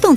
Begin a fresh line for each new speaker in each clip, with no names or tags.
懂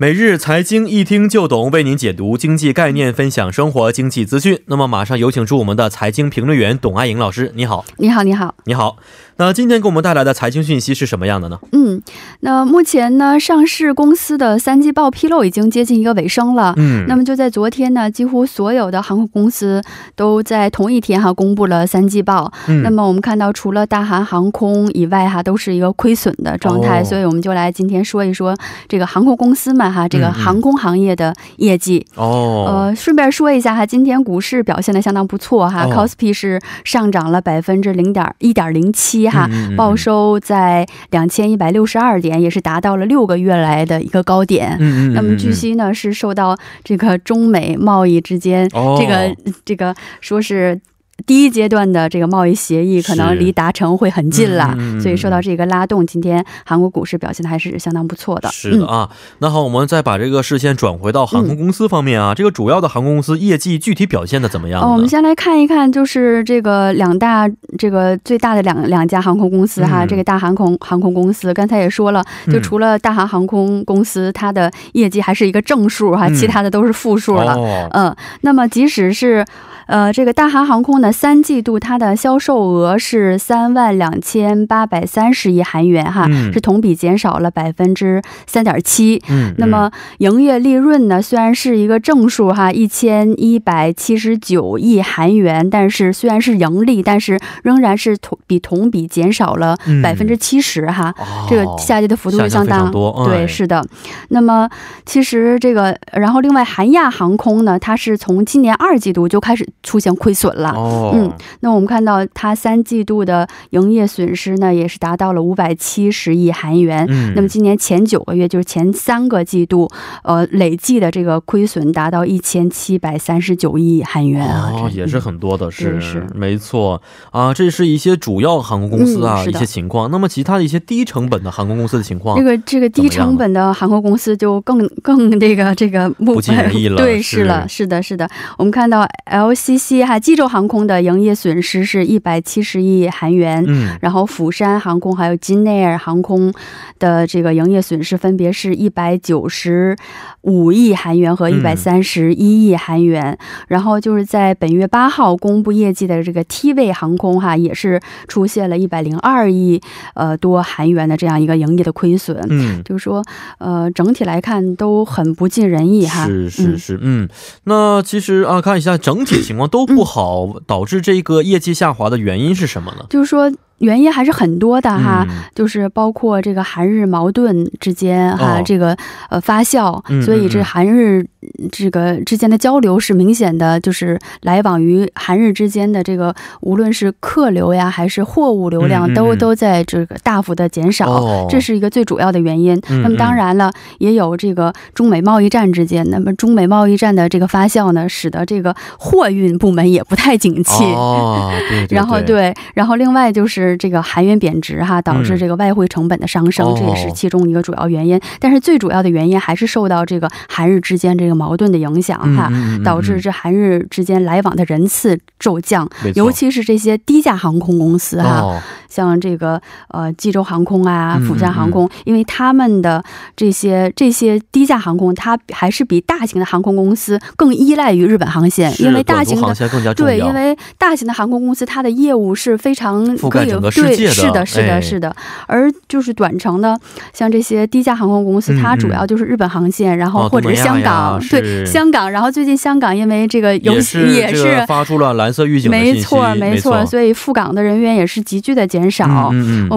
每日财经一听就懂，为您解读经济概念，分享生活经济资讯。那么，马上有请出我们的财经评论员董爱颖老师，你好，
你好，你好。
你好。那今天给我们带来的财经讯息是什么样的呢？
嗯，那目前呢，上市公司的三季报披露已经接近一个尾声了。
嗯
那么就在昨天呢，几乎所有的航空公司都在同一天哈公布了三季报。
嗯
那么我们看到，除了大韩航空以外哈，都是一个亏损的状态。
哦
所以我们就来今天说一说这个航空公司们哈，
嗯
这
嗯
个航空行业的业绩。
哦，
呃，顺便说一下哈，今天股市表现的相当不错哈、
哦
c o s p i 是上涨了百分之零点一点零七哈，
嗯嗯嗯
报收在两千一百六十二点，也是达到了六个月来的一个高点。
嗯嗯嗯
那么据
嗯
悉呢，是受到这个中美贸易之间、
哦
这个嗯这个说是。第一阶段的这个贸易协议可能
是
离达成会很近了，
嗯嗯嗯嗯
所以受到这个拉动，今天韩国股市表现的还是相当不错的。
是的啊，那好，我们再把这个视线转回到航空公司方面啊，这个主要的航空公司业绩具体表现的怎么样呢？
哦，我们先来看一看，就是这个两大这个最大的两两家航空公司哈，
嗯
这个大航空航空公司，刚才也说了，就
嗯
除了大韩航空公司，它的业绩还是一个正数哈，
嗯
其他的都是负数了。
哦，
嗯，那么即使是，呃，这个大韩航空呢，三季度它的销售额是三万两千八百三十亿韩元哈，
嗯
啊是同比减少了百分之三点七。
嗯，
那么营业利润呢，虽然是一个正数哈，一千一百七十九亿韩元，但是虽然是盈利，但是仍然是同比同比减少了
嗯
百分之七十哈。
嗯、哦
这个下跌的幅度是相
下降非常
当
多哎
对，是的。那么其实这个，然后另外韩亚航空呢，它是从今年二季度就开始出现亏损了。
哦，
嗯，那我们看到它三季度的营业损失呢，也是达到了五百七十亿韩元。
嗯
那么今年前九个月，就是前三个季度，呃，累计的这个亏损达到一千七百三十九亿韩元啊，
哦，
这
也是。很多的，是
对是
没错啊，这是一些主要航空公司啊、
嗯是
一
的
些情况。那么其他的一些低成本的航空公司的情况，
这个这个
怎么
低
样呢
成本的航空公司就更更这个这个不
不尽人意了
对，
是
是了，是的，是的。我们看到 LCC 哈济州航空的营业损失是一百七十亿韩元，
嗯，
然后釜山航空还有金内尔航空的这个营业损失分别是一百九十五亿韩元
嗯
和一百三十一亿韩元、然后就是在本月八号公布业绩的这个 T 位航空哈，也是出现了一百零二亿呃多韩元的这样一个营业的亏损。
嗯。
就是说，呃，整体来看都很不尽人意哈。
是是
嗯
是，嗯，那其实啊，看一下整体情况都不好，导致这个业绩下滑的原因是什么呢？
就是说原因还是很多的啊哈。
嗯
就是包括这个韩日矛盾之间哈，
哦
这个呃发酵
嗯，
所
嗯
以
嗯
这韩日这个之间的交流是明显的，就是来往于韩日之间的这个无论是客流呀还是货物流
嗯嗯
量都
嗯
都在这个大幅的减少。
哦、
这是一个最主要的原因。
嗯
那么当然了，也有这个中美贸易战之间。那么中美贸易战的这个发酵呢，使得这个货运部门也不太景气。
哦，对对对
然后对，然后另外就是这个韩元贬值哈，导
嗯
致这个外汇成本的上升，
哦
这也是其中一个主要原因。但是最主要的原因还是受到这个韩日之间这个矛盾的影响
嗯
哈，
嗯嗯嗯
导致这韩日之间来往的人次骤降，
没错
尤其是这些低价航空公司哈，
哦
像这个呃济州航空啊、
嗯
釜山航空，因为他们的这些这些低价航空，它还是比大型的航空公司更依赖于日本航线，
是
因为
短
大
途
型的
航线更加重要，
对，因为大型的航空公司，它的业务是非常
覆盖
可以
整个世界
对，
的
是的，是
哎
的，是的。而就是短程的，像这些低价航空公司，
嗯
它
嗯
主要就是日本航线，然后
哦
或者
东
是
南亚
香港
呀，是
对，香港。然后最近香港因为这个游
也
戏
是
也
这个
是。
发出了蓝色预警的信
没
息，
错，
没
没错，所以赴港的人员也是急剧的减
嗯
少。
嗯
我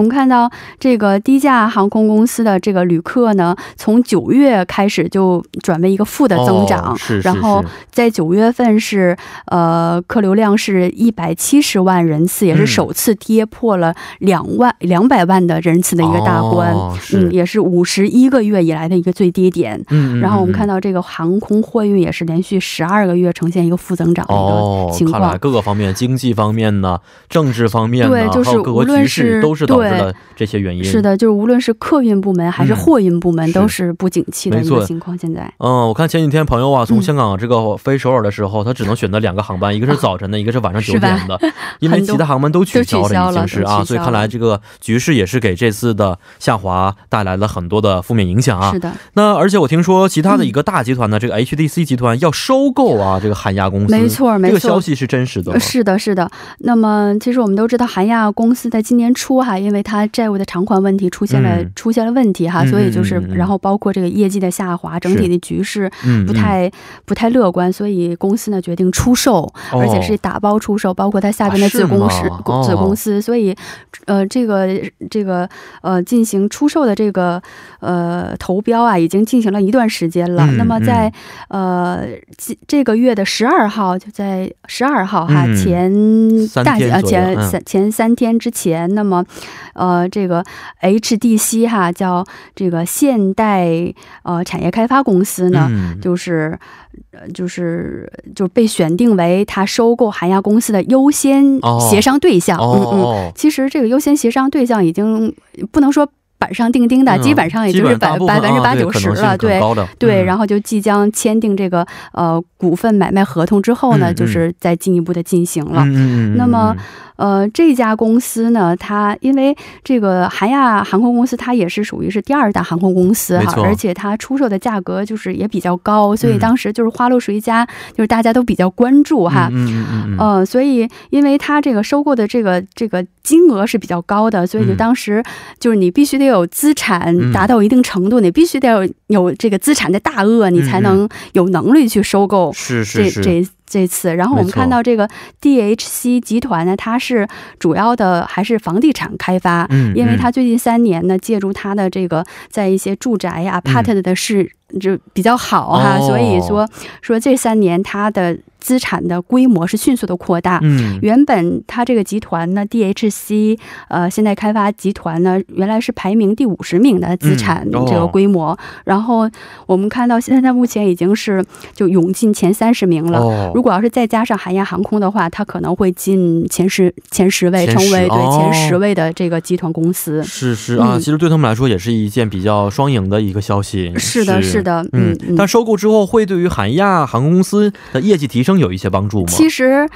嗯
们看到这个低价航空公司的这个旅客呢，从九月开始就转为一个负的增长，
哦是是
然后
是
在九月份是呃客流量是一百七十万人次，也
嗯
是首次跌破过了两万两百万的人次的一个大关，
哦是
嗯，也是五十一个月以来的一个最低点。
嗯
然后我们看
到
到这个航空货运也是连续十二个月呈现一个负增长的一
哦
个情，
看
况
来。各个方面，经济方面呢，政治方面呢，
对就是
还有各国
无论
局势
是
都是导致
对
了这些原因。
是的，就是无论是客运部门还是
嗯
货运部门，
是
都是不景气的
没
一
错
个情况。现在，
嗯，我看前几天朋友啊，从
嗯
香港这个飞首尔的时候，他只能选择两个航班，一个是早晨的，一个是晚上九
是吧
点的，因为
很多
其他航班都取消
都取消
了，已
了
经是啊，
都取消了
所以看来这个局势也是给这次的下滑带来了很多的负面影响啊
是。的，
那而且我听说其他的一个大集团呢，这个 HDC 集团要收购啊这个韩亚公司，
没，错，没
这
错。
个消息是真实的吗
呃？是的，是的。那么，其实我们都知道，韩亚公司在今年初哈，因为它债务的偿还问题出现了、
嗯
出现了问题哈，
嗯
所以就是、
嗯嗯嗯
然后包括这个业绩的下滑，整体的局势
嗯，
不
嗯
太、不太乐观，所以公司呢决定出售，
哦
而且是打包出售，包括它下边
啊
的
是
子公
吗
司、
哦
子公司，所以呃，这个这个呃，进行出售的这个呃投标啊，已经进行了一段时间了。
嗯
那么在呃这这个月的十二号，就在十二号哈、
嗯
前
三
大
天
呃
左右
前
嗯
三前三天之前，那么呃这个 HDC 哈叫这个现代呃产业开发公司呢，
嗯
就是呃就是就被选定为他收购韩亚公司的优先
哦
协商对象。嗯嗯，
哦，
其实这个优先协商对象已经不能说板上钉钉的，
嗯
基本上也就是
大
百
部
百
分
分之
啊
八
对
九
可
十
能性
了，
很
对。
高的
对，
嗯
然后就即将签订这个呃股份买卖合同之后呢，
嗯嗯
就是再进一步的进行了。
嗯嗯嗯嗯
那么
嗯
呃，这家公司呢，它因为这个韩亚航空公司，它也是属于是第二大航空公司
没
哈
错，
而且它出售的价格就是也比较高，所以
嗯
当时就是花落谁家，就是大家都比较关注哈。
嗯嗯嗯嗯嗯，
呃，所以因为它这个收购的这个这个金额是比较高的，所以就
嗯
当时就是你必须得有资
嗯
产达到一定程度，你必须得有有这个资产的大鳄，你
嗯
才
嗯
能有能力去收购
是是
这
是，
这这次，然后我们
没错
看到这个 DHC 集团呢，它是主要的还是房地产开发，
嗯，
因为它
嗯
最近三年呢，借助它的这个在一些住宅呀、
嗯
apartment 的市就比较好哈、
哦
所以说说这三年它的资产的规模是迅速的扩大。
嗯
原本它这个集团呢，DHC 呃，现代开发集团呢，原来是排名第五十名的资产
嗯哦
这个规模，然后我们看到现在它目前已经是就涌进前三十名了。
哦
如果要是再加上韩亚航空的话，它可能会进前十前十位，
前
成
十
为
哦
对前十位的这个集团公司。
是是啊、
嗯
其实对他们来说也是一件比较双赢的一个消息。
是的，是。的，嗯
嗯，
嗯。
但收购之后会对于韩亚航空公司的业绩提升有一些帮助吗？
其实。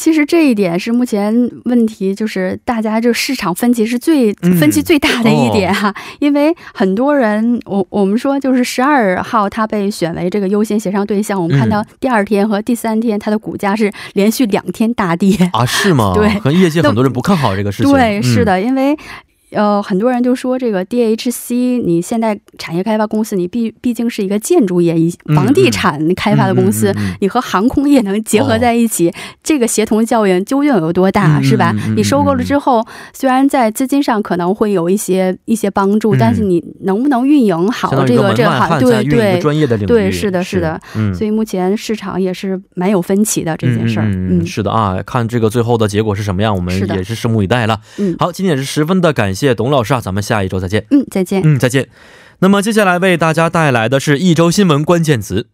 其实这一点是目前问题，就是大家就市场分歧是最、
嗯哦
分歧最大的一点哈、因为很多人，我我们说就是十二号它被选为这个优先协商对象，我们看
嗯
到第二天和第三天它的股价是连续两天大跌，
啊，是吗？
对
和业界
那
很多人不看好这个事情。
对，
嗯
是，的，因为。呃，很多人就说这个 DHC，你现代产业开发公司，你毕毕竟是一个建筑业、一
嗯
房地产开发的公司，
嗯嗯嗯嗯
你和航空业能结合
哦
在一起，这个协同效应究竟有多大，
嗯
是吧
嗯嗯嗯？
你收购了之后，虽然在资金上可能会有一些一些帮助，
嗯
但是你能不能运营
相
好
当于
这
一个门
这个
外
行，
汉在
对
运营一个
对。
专业的领域。
对是的是的，
嗯，
所以目前市场也是蛮有分歧的这件事儿。
嗯嗯嗯，是的啊，看这个最后的结果是什么样，我们
是的
也是拭目以待了。
嗯
好，今天也是十分的感谢董老师啊，咱们下一周再见。
嗯，再见。
嗯，再见。那么接下来为大家带来的是一周新闻关键词。